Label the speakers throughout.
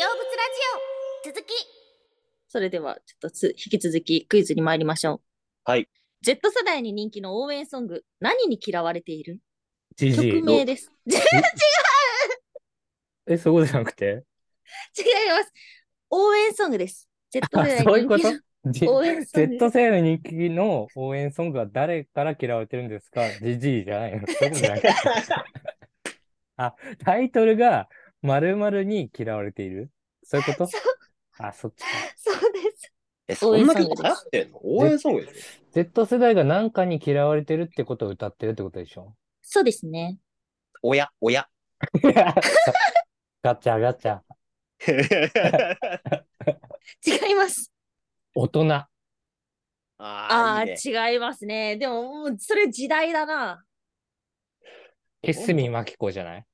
Speaker 1: ジオ続き
Speaker 2: それでは、ちょっとつ引き続きクイズに参りましょう。
Speaker 3: はい。
Speaker 2: Z 世代に人気の応援ソング、何に嫌われている
Speaker 3: ジジ
Speaker 2: 曲
Speaker 3: イ。
Speaker 2: 名です。 違い
Speaker 3: え、そこじゃなくて
Speaker 2: ます。応援ソングです。Z 世
Speaker 3: あ、
Speaker 2: 代
Speaker 3: そういう
Speaker 2: に
Speaker 3: こ
Speaker 2: 人気
Speaker 3: と
Speaker 2: の
Speaker 3: ジ
Speaker 2: 応援ソング
Speaker 3: Z 世代の人気の応援ソングは誰から嫌われてるんですかジジイじゃないの。そういうことじゃなくてあ、タイトルが〇〇に嫌われているそういうこと
Speaker 2: そう
Speaker 3: あ、そっちか。
Speaker 2: そうです。
Speaker 4: え、そんな曲流行ってんの応援ソングでし
Speaker 3: Z 世代が何かに嫌われてるってことを歌ってるってことでしょ
Speaker 2: そうですね。
Speaker 4: ょ親、 親。
Speaker 3: ガチャガチャ。
Speaker 2: 違います。
Speaker 3: 大人。
Speaker 4: あ
Speaker 2: あ
Speaker 4: あ、
Speaker 2: あ
Speaker 4: いいね
Speaker 2: ー、違いますね。でも、もうそれ時代だな。
Speaker 3: エスミマキコじゃない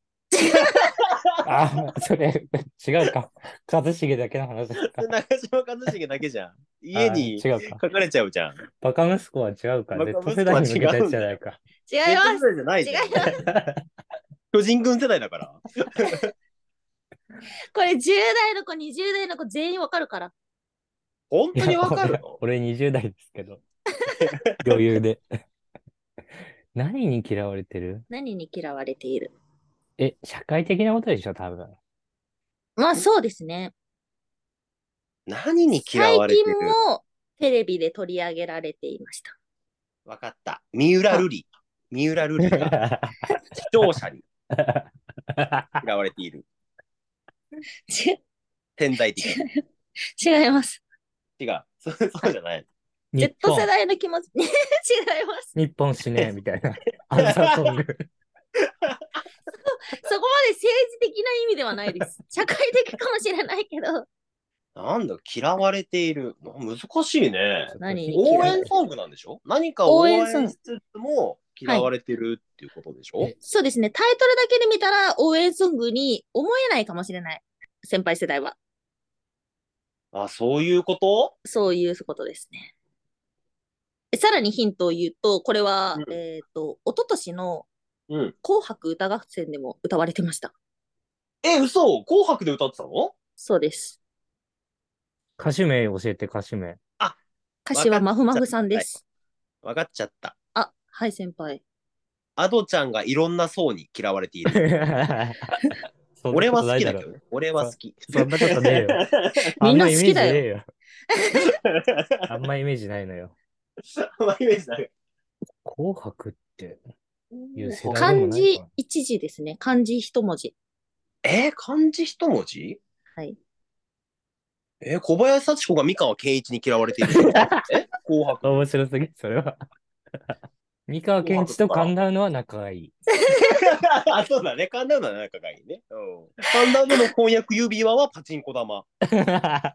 Speaker 3: あ、それ、違うか。一茂だけの話ですか。
Speaker 4: 中島一茂だけじゃん。家に
Speaker 3: あ違うか。
Speaker 4: 書かれちゃうじゃん。
Speaker 3: バカ息子は違うか。
Speaker 4: バカ
Speaker 3: Z
Speaker 4: 息
Speaker 3: 世
Speaker 4: 子
Speaker 3: 代
Speaker 4: は
Speaker 3: に向けたやつじゃないか。
Speaker 2: 違い
Speaker 4: え
Speaker 2: ます。
Speaker 4: 世代じゃないじゃん
Speaker 2: 違います。
Speaker 4: 巨人軍世代だから。
Speaker 2: これ10代の子、20代の子全員わかるから。
Speaker 4: 本当にわかる の
Speaker 3: 俺20代ですけど。余裕で。 何に嫌われてる
Speaker 2: 何に嫌われている
Speaker 3: え、社会的なことでしょ、多分。
Speaker 2: まあそうですね。
Speaker 4: 何に嫌
Speaker 2: 最
Speaker 4: われて
Speaker 2: 近
Speaker 4: る
Speaker 2: もテレビで取り上げられていました。
Speaker 4: わかった。三浦瑠麗。三浦瑠麗 が視聴者に嫌われている。
Speaker 2: ち
Speaker 4: 潜在的に。
Speaker 2: 違います。
Speaker 4: 違う。そ そうじゃない。
Speaker 3: 日
Speaker 2: Z
Speaker 3: 本
Speaker 2: 世、代の気持ち。 違います。
Speaker 3: 日本死 ね、みたいな。アンサーソ
Speaker 2: そこま
Speaker 3: ング。
Speaker 2: で政治的な意味ではない です。社会的かもしれないけど。
Speaker 4: なんだ、嫌われている。な難しいね。
Speaker 2: 何に嫌
Speaker 4: 応
Speaker 2: われ
Speaker 4: 援ソングなんでしょ何かを応援
Speaker 2: 応援ソング
Speaker 4: しつつも嫌われてるっていうことでしょ、
Speaker 3: はいえ
Speaker 2: そうですね。タイトルだけで見たら応援ソングに思えないかもしれない。先輩世代は。
Speaker 4: あ、そういうこと
Speaker 2: そういうことですね。さらにヒントを言うと、これは、
Speaker 4: うん
Speaker 2: えっ、と、一昨年の
Speaker 4: うん。
Speaker 2: 紅白歌合戦でも歌われてました。
Speaker 4: え、嘘紅白で歌ってたの
Speaker 2: そうです。
Speaker 3: 歌手名教えて、歌 手名。
Speaker 2: 歌詞はまふまふさんです。
Speaker 4: わかっちゃった。
Speaker 2: あ、はい、先輩。
Speaker 4: アドちゃんがいろんな層に嫌われてい る。俺は好きだけどね。俺は好き。
Speaker 3: そんなことねえよ。
Speaker 2: みんな好きだよ
Speaker 3: よ。あんまイメージないのよ。
Speaker 4: あんまイメージない。
Speaker 3: 紅白っていう世代でも
Speaker 2: 漢
Speaker 3: ない
Speaker 2: 字
Speaker 3: かな
Speaker 2: 一字ですね。漢字一文字。
Speaker 4: えー漢字一文字
Speaker 2: はい。
Speaker 4: えー小林幸子が三河健一に嫌われてい る。え紅白。
Speaker 3: 面白すぎ、それは。三河健一と神田うのは仲がいい。
Speaker 4: あ、 そうだね。神田うのは仲がいいね。うん。神田うのの婚約指輪はパチンコ玉。
Speaker 3: パ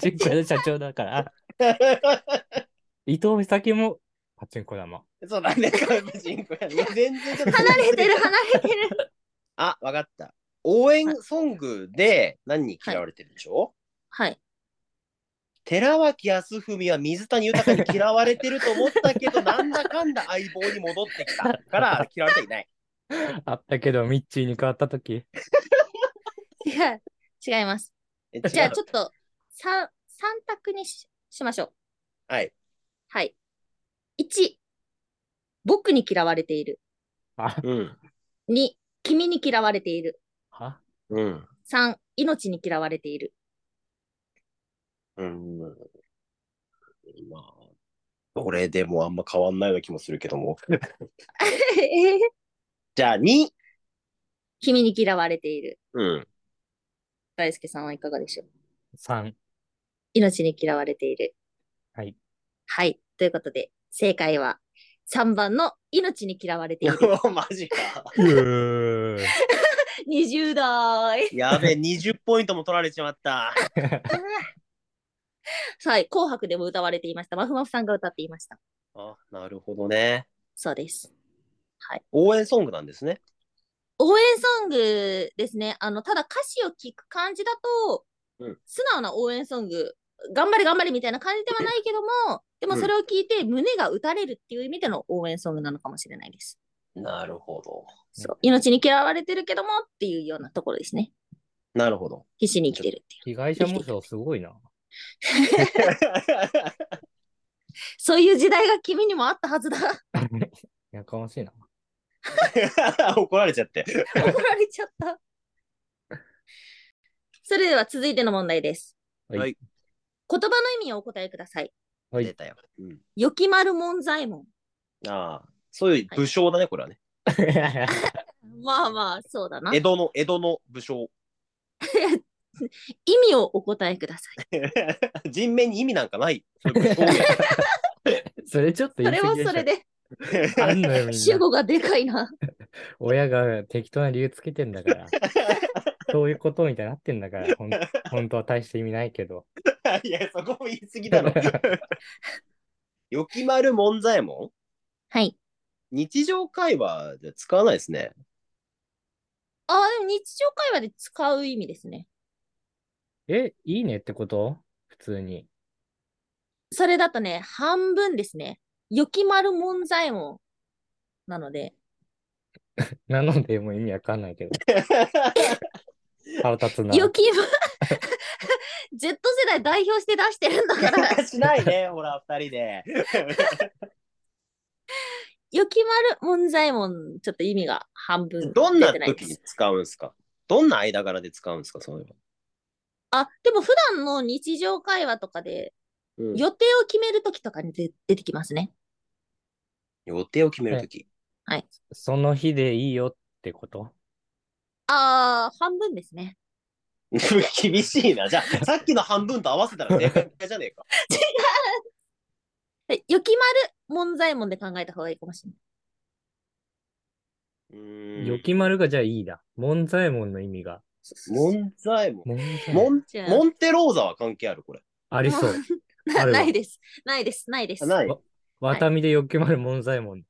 Speaker 3: チンコ屋の社長だから。あ伊藤美咲もパチンコ玉。
Speaker 4: そうだね。パチンコやね。全然ちょっと
Speaker 2: 離れてる、離れてる。
Speaker 4: あ、わかった。応援ソングで何に嫌われてるでしょ、
Speaker 2: はい。
Speaker 4: 寺脇康文は水谷豊に嫌われてると思ったけ ど、なんだかんだ相棒に戻ってきたから嫌われていない。
Speaker 3: あったけど、ミッチーに変わった時。
Speaker 2: 違う。違います。
Speaker 4: え
Speaker 2: じゃあ、
Speaker 4: 違う
Speaker 2: ちょっと、三、三択にししましょう。
Speaker 4: はい。
Speaker 2: はい。1、僕に嫌われている。
Speaker 3: あ、
Speaker 4: うん。
Speaker 2: 2、君に嫌われている。
Speaker 3: あ
Speaker 4: うん。
Speaker 2: 3、命に嫌われて いる。
Speaker 4: うん。まあ、どれでもあんま変わんないような気もするけども。じゃあ、2。
Speaker 2: 君に嫌われている。
Speaker 4: うん。
Speaker 2: 大輔さんはいかがでしょう
Speaker 3: 3。
Speaker 2: 命に嫌われている。
Speaker 3: はい。
Speaker 2: はい。ということで、正解は3番の命に嫌われている。
Speaker 4: マジか。
Speaker 3: うー
Speaker 2: 20代。
Speaker 4: やべえ、20ポイントも取られちまった。
Speaker 2: はい。紅白でも歌われていました。まふまふさんが歌っていました。
Speaker 4: あ、なるほどね。
Speaker 2: そうです。
Speaker 4: 応援ソングなんですね。
Speaker 2: 応援ソングですね。あの、ただ歌詞を聞く感じだと、
Speaker 4: うん
Speaker 2: 素直な応援ソング、頑張れ頑張れみたいな感じではないけども、でもそれを聞いて胸が打たれるっていう意味での応援ソングなのかもしれないです。
Speaker 4: なるほど。
Speaker 2: そう。命に嫌われてるけどもっていうようなところですね。
Speaker 4: なるほ ど。
Speaker 2: 必死に生きてるっていう。
Speaker 3: 被害者無償すごいな。
Speaker 2: そういう時代が君にもあったはずだ。
Speaker 3: やかましいな。
Speaker 4: 怒られちゃって。
Speaker 2: 怒られちゃった。それでは続いての問題です。
Speaker 4: はい
Speaker 2: 言葉の意味をお答えください。
Speaker 3: はい
Speaker 4: 出たよ。うん、
Speaker 2: よきまる門左衛門。
Speaker 4: ああ、そういう武将だね、これはね。
Speaker 2: まあまあ、そうだな。
Speaker 4: 江
Speaker 2: 意
Speaker 4: 戸の、江戸の武将。
Speaker 2: 味をお答えください。
Speaker 4: 人名に意味なんかない。それ武将や
Speaker 3: それちょっと
Speaker 2: そ
Speaker 3: 言い
Speaker 2: れ
Speaker 3: 過
Speaker 2: は
Speaker 3: ぎ
Speaker 2: それ
Speaker 3: でし
Speaker 2: で、
Speaker 3: ょ。あんのよ、み
Speaker 2: 主
Speaker 3: んな。
Speaker 2: 語がでかいな。
Speaker 3: 親が適当な理由つけてん だから。そういうことみたいになってんだから、ほん 本当は大して意味ないけど。
Speaker 4: いや、そこも言い過ぎだろ。 よきまる門左衛門
Speaker 2: はい。
Speaker 4: 日常会話で使わないですね。
Speaker 2: ああ、でも日常会話で使う意味ですね。
Speaker 3: え、いいねってこと普通に。
Speaker 2: それだとね、半分ですね。よきまる門左衛門。なので、
Speaker 3: なので、もう意味わかんないけど。腹立つな。
Speaker 2: よきま、Z 世代代表して出してるんだから。
Speaker 4: しないね、ほら、二人で。
Speaker 2: よきまる門左衛門、ちょっと意味が半分
Speaker 4: どん
Speaker 2: 出
Speaker 4: な
Speaker 2: てないで
Speaker 4: 時
Speaker 2: す
Speaker 4: に使うんですかどんな間柄で使うんですかそういう
Speaker 2: あ、でも普段の日常会話とかで、
Speaker 4: の、
Speaker 2: 予定を決める時とかに出出てきますね。
Speaker 4: 予定を決める時
Speaker 3: その日でいいよってこと
Speaker 2: あー、半分ですね。
Speaker 4: 厳しいな。じゃ あ、さっきの半分と合わせたら正解じゃねえか。
Speaker 2: でよきまる門左衛門で考えた方がいいかもしれない。
Speaker 4: う
Speaker 3: よ
Speaker 4: ん。
Speaker 3: きまるがじゃあいいだ。門左衛門の意味が。
Speaker 4: 門左衛門。
Speaker 3: 門左衛門
Speaker 4: モン
Speaker 2: じゃあ
Speaker 4: モンテローザは関係あるこれ。
Speaker 3: ありそう。あ
Speaker 2: な
Speaker 3: るわ
Speaker 2: ないです。ないです。ないです。
Speaker 4: ない。
Speaker 3: ワタミでよきまる門左衛門だ。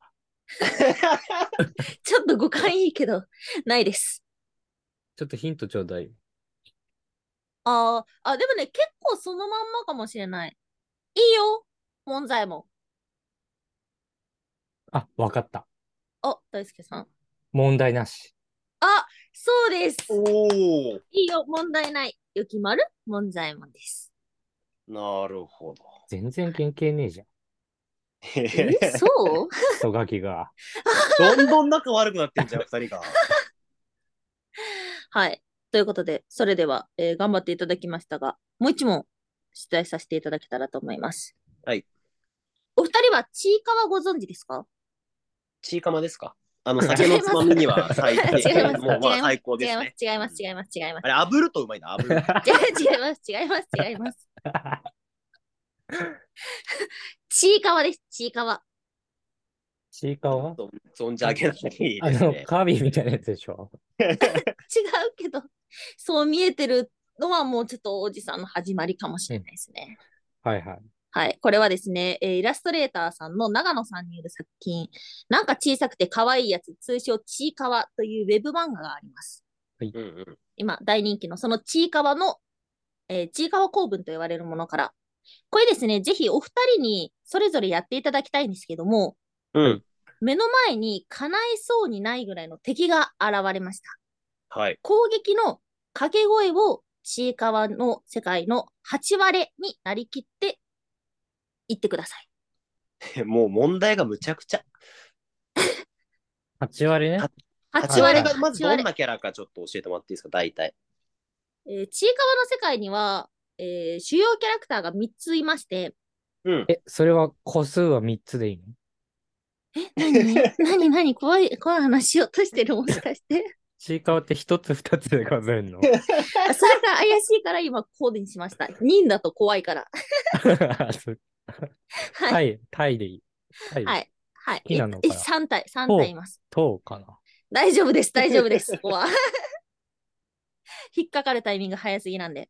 Speaker 2: ちょっと誤解いいけど、ないです。
Speaker 3: ちょっとヒントちょうだい。
Speaker 2: あー、あ、でもね、結構そのまんまかもしれない。いいよ、門左衛門。
Speaker 3: あ、わかった。
Speaker 2: あ、大輔さん。
Speaker 3: 問題なし。
Speaker 2: あ、そうです。
Speaker 4: おお。
Speaker 2: いいよ、問題ない。よきまる門左衛門 です。
Speaker 4: なるほど。
Speaker 3: 全然原型ねえじゃん。
Speaker 2: え、そう
Speaker 3: クソガキが。
Speaker 4: どんどん仲悪くなってんじゃん、二人が。
Speaker 2: はい。ということで、それでは、えー頑張っていただきましたが、もう一問、出題させていただけたらと思います。
Speaker 4: はい。
Speaker 2: お二人は、ちいかわご存知ですか
Speaker 4: ちいかまですかあの、酒のつまみには最低。
Speaker 2: 違います
Speaker 4: も
Speaker 2: 違
Speaker 4: うまあ
Speaker 2: います
Speaker 4: 最高で
Speaker 2: 違い
Speaker 4: す
Speaker 2: ま
Speaker 4: ね。
Speaker 2: す、違います、違います、違います。
Speaker 4: あれ、炙るとうまいな、炙る。
Speaker 2: 違います、 違います、違います。ちいかわです、ちいかわ。
Speaker 3: ちいかわ
Speaker 4: 存じ上げない
Speaker 3: あ
Speaker 4: です
Speaker 3: の、
Speaker 4: ね。
Speaker 3: カービィみたいなやつでしょ。
Speaker 2: 違うけど、そう見えてるのはもうちょっとおじさんの始まりかもしれないですね。
Speaker 3: はいはい。
Speaker 2: はい。これはですね、えーイラストレーターさんの長野さんによる作品、なんか小さくて可愛いやつ、通称ちいかわというウェブ漫画があります。
Speaker 4: うんうん。
Speaker 2: 今、大人気のそのちいかわの、えーちいかわ構文と言われるものから、これですね、ぜひお二人にそれぞれやっていただきたいんですけども、
Speaker 4: うん。
Speaker 2: 目の前に叶いそうにないぐらいの敵が現れました。
Speaker 4: はい。
Speaker 2: 攻撃の掛け声をちいかわの世界の8割になりきって言ってください。
Speaker 4: もう問題がむちゃくちゃ。
Speaker 3: 8割ね。
Speaker 2: 8
Speaker 4: 八
Speaker 2: 割
Speaker 4: 割
Speaker 2: が
Speaker 4: がまず
Speaker 2: 8
Speaker 4: ど
Speaker 2: 割
Speaker 4: んなキャラかちょっと教えてもらっていいですか、大体。
Speaker 2: えーちいかわの世界には、えー主要キャラクターが3ついまして、
Speaker 4: うん。
Speaker 3: え、それは個数は3つでいいの
Speaker 2: え、なに なになに怖い、怖い話しようとしてるもしかして。
Speaker 3: ちいかわって1つ2つで数えるの
Speaker 2: あそれが怪しいから今コーデにしました。人だと怖いから。
Speaker 3: そう
Speaker 2: は
Speaker 3: タ
Speaker 2: い。
Speaker 3: イ、 タイでいい。タイでいい
Speaker 2: はい。はい。
Speaker 3: 好きなのかな
Speaker 2: 3体、三体います。
Speaker 3: とうかな。
Speaker 2: 大丈夫 です、大丈夫です、ここは。 引っかかるタイミング早すぎなんで。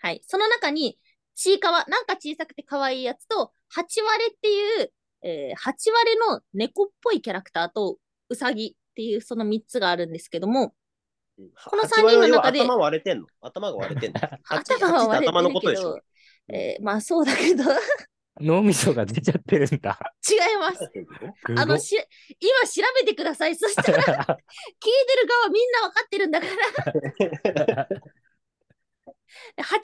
Speaker 2: はい。その中に、ちいかわ、なんか小さくて可愛いやつと、ハチワレっていう、えー、ハチワレの猫っぽいキャラクターと、ウサギっていうその3つがあるんですけども、
Speaker 4: こ
Speaker 2: この三人の中で
Speaker 4: 頭割れてんの頭が割れて んの八
Speaker 2: 頭は割れ
Speaker 4: 頭のこ
Speaker 2: て
Speaker 4: と
Speaker 2: る
Speaker 4: で
Speaker 2: け
Speaker 4: しょ
Speaker 2: ど、えーまあそうだけど、違い
Speaker 3: 脳みそが出ちゃってるんだ。
Speaker 2: ます。
Speaker 3: グロ
Speaker 2: あのし、今調べ てください。そしたら、聞いてる側みんなわかってるんだから。 8割だ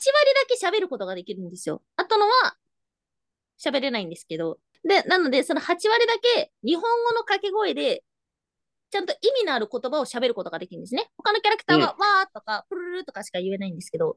Speaker 2: け喋ることができるんですよ。あとのは喋れないんですけど。で、なので、その8割だけ日本語の掛け声で、ちゃんと意味のある言葉を喋ることができるんですね。他のキャラクターは、わーとか、プルルルとかしか言えないんですけど。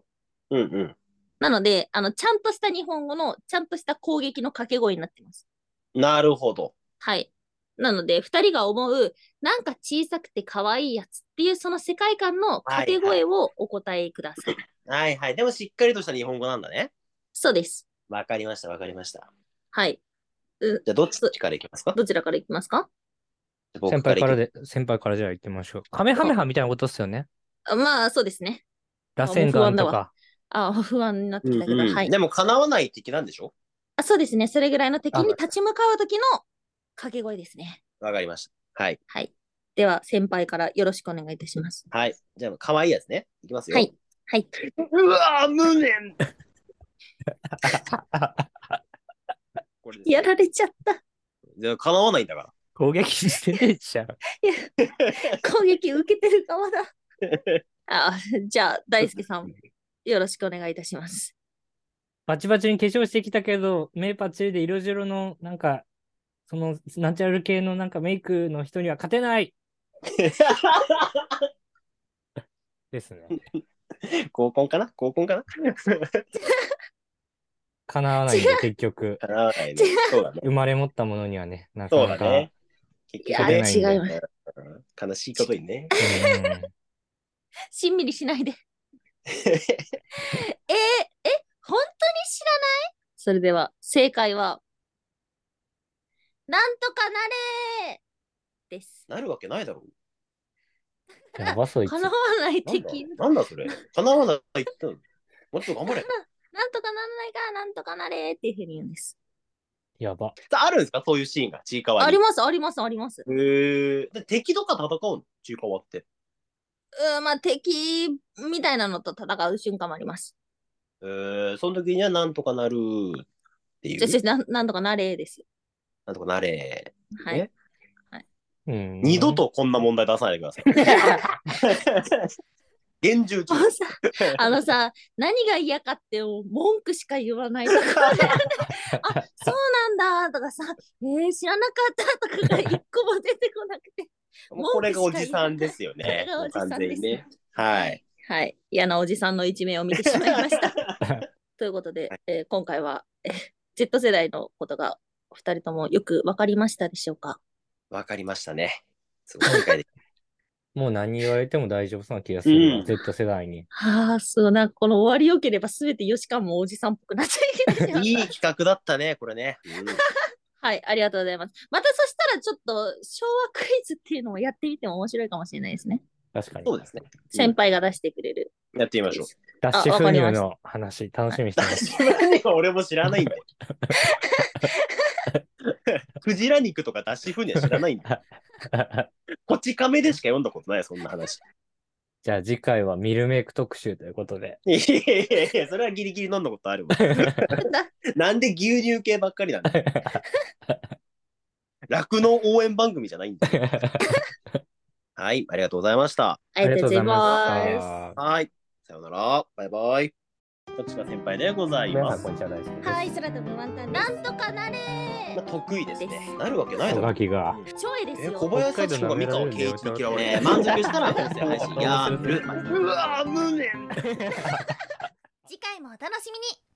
Speaker 4: うんうん。
Speaker 2: なので、あの、ちゃんとした日本語の、ちゃんとした攻撃の掛け声になってます。
Speaker 4: なるほど。
Speaker 2: はい。なので、二人が思う、なんか小さくて可愛いやつっていう、その世界観の掛け声をお答えください。
Speaker 4: はいはい。でもしっかりとした日本語なんだね。
Speaker 2: そうです。
Speaker 4: わかりました、わかりました。
Speaker 2: はい。
Speaker 4: じゃあ、どっちからいきますか
Speaker 2: どちらからいきますか
Speaker 3: 先輩から
Speaker 4: いき
Speaker 3: で、先輩からじゃあ行ってみましょう。カメハメハみたいなことっすよね。
Speaker 2: あまあ、そうですね。
Speaker 3: 螺旋
Speaker 2: もう不
Speaker 3: 丸
Speaker 2: 安だ
Speaker 3: と
Speaker 2: わ
Speaker 3: か。
Speaker 2: あ不安になって
Speaker 4: う
Speaker 2: き
Speaker 4: ん
Speaker 2: たけど、
Speaker 4: うん
Speaker 2: はい
Speaker 4: でも、叶わない敵なんでしょ
Speaker 2: あ。そうですね。それぐらいの敵
Speaker 3: あ
Speaker 2: に立ち向かう時の掛け声ですね。
Speaker 4: わかりました。はい。
Speaker 2: はい。では、先輩からよろしくお願いいたします。
Speaker 4: はい。じゃあ、可愛いやつね。いきますよ。
Speaker 2: はい。はい。
Speaker 4: うわぁ、無念これです
Speaker 2: やられちゃった。
Speaker 4: じゃあ、叶わないんだから。
Speaker 3: 攻撃してねえじゃん。
Speaker 2: 攻撃受けてる側だ。あじゃあ、大輔さん、よろしくお願いいたします。
Speaker 3: バチバチに化粧してきたけど、目パッチリで色白の、なんか、その、ナチュラル系のなんかメイクの人には勝てないですね。
Speaker 4: 合コンかな合コンかな
Speaker 3: 叶わないんで、結局。
Speaker 4: 叶わないね。そうだね。
Speaker 3: 生まれ持ったものにはね、なか
Speaker 4: そう
Speaker 3: な
Speaker 4: だ
Speaker 3: か。
Speaker 4: ね。結
Speaker 2: い
Speaker 4: 局
Speaker 2: や、
Speaker 3: 勝て
Speaker 4: ね
Speaker 3: ないん
Speaker 2: 違い
Speaker 3: だよ
Speaker 2: ます。
Speaker 4: うん悲しいことに ね。
Speaker 3: うん
Speaker 2: しんみりしないで。えー、え、本当に知らないそれでは、正解は、なんとかなれーです。
Speaker 4: なるわけないだろう。
Speaker 3: やばそう、いつ。
Speaker 2: 叶わない
Speaker 4: なんだ
Speaker 2: 敵。
Speaker 4: なんだそれ。叶わないって言ったの。もうちょっと頑張れ。
Speaker 2: なんとかならないから、なんとかなれーっていうふうに言うんです。
Speaker 3: やば。
Speaker 4: あるんですかそういうシーンが、ちいかわに。
Speaker 2: あります、あります、あります。
Speaker 4: へえ。で敵とか戦うのちいかわって。
Speaker 2: うん、まあ、敵みたいなのと戦う瞬間もあります。
Speaker 4: えー、その時にはなんとかなるってい
Speaker 2: じゃ、じ
Speaker 4: う。
Speaker 2: ゃ、なんなんとかなれーです。
Speaker 4: なんとかなれ。
Speaker 2: はい。
Speaker 4: ね
Speaker 3: うん
Speaker 4: 二度。とこんな問題出さないでください。厳重注
Speaker 2: もうさ、 あのさ、何が嫌かってもう文句しか言わないとか、あそうなんだとかさ、えー、知らなかったとかが一個も出てこなくて、
Speaker 4: 意。もうこれがおじさんですよね。
Speaker 2: これがおじさんです
Speaker 4: 完全にね。はい。
Speaker 2: はい、嫌なおじさんの一面を見てしまいま した。ということで
Speaker 4: は、
Speaker 2: えー今回は、えー Z 世代のことがお二人ともよく分かりましたでしょうか
Speaker 4: わかりましたね。すごい理解でき
Speaker 3: もう何言われても大丈夫そうな気がする
Speaker 4: う
Speaker 3: わ。
Speaker 4: ん
Speaker 3: Z 世代に。
Speaker 2: ああ、そう、なんかこの終わりよければ全て吉川もおじさんっぽくなっちゃいけない
Speaker 4: た
Speaker 2: じ
Speaker 4: いい企画だったね、これね。うん
Speaker 2: はい、ありがとうございます。またそしたらちょっと昭和クイズっていうのもやってみても面白いかもしれないですね。
Speaker 3: 確かに。
Speaker 4: そうですね。
Speaker 2: 先輩が出してくれる。
Speaker 4: やってみましょう。
Speaker 3: ダッシュ
Speaker 2: あわ
Speaker 3: フ
Speaker 2: かりま
Speaker 3: 入
Speaker 2: した
Speaker 3: の話、楽しみにしてます。
Speaker 4: ダッシュフニは俺も知らないんだ よ。クジラ肉とかダッシュフニは知らないんだよ。こち亀でしか読んだことないよ、そんな話。
Speaker 3: じゃあ次回はミルメイク特集ということで。
Speaker 4: いやいやいやいや、それはギリギリ飲んだことあるわ。なんで牛乳系ばっかりなんだよ酪農応援番組じゃないんだよ。はい、ありがとうございました。
Speaker 2: ありがとうござい
Speaker 3: あり
Speaker 2: ま。
Speaker 3: がとうございますす
Speaker 4: はい、さようなら。バイバイ。徳島先輩でござい
Speaker 3: 皆
Speaker 4: ま
Speaker 3: さん、
Speaker 4: す。
Speaker 3: こんにちは、大好きです。
Speaker 2: はい、空飛ぶワンタンです。なんとかな れ
Speaker 4: まあ、得意です
Speaker 2: で
Speaker 4: ね
Speaker 2: す。
Speaker 4: なるわけないだ
Speaker 3: お
Speaker 4: ろ
Speaker 3: が。きが。
Speaker 2: 不調絵です
Speaker 4: え
Speaker 2: よ。
Speaker 4: 小林幸子が三河圭一に嫌われ、
Speaker 3: えー
Speaker 4: 満足したら音声配信やる。うわ無念
Speaker 2: 次回もお楽しみに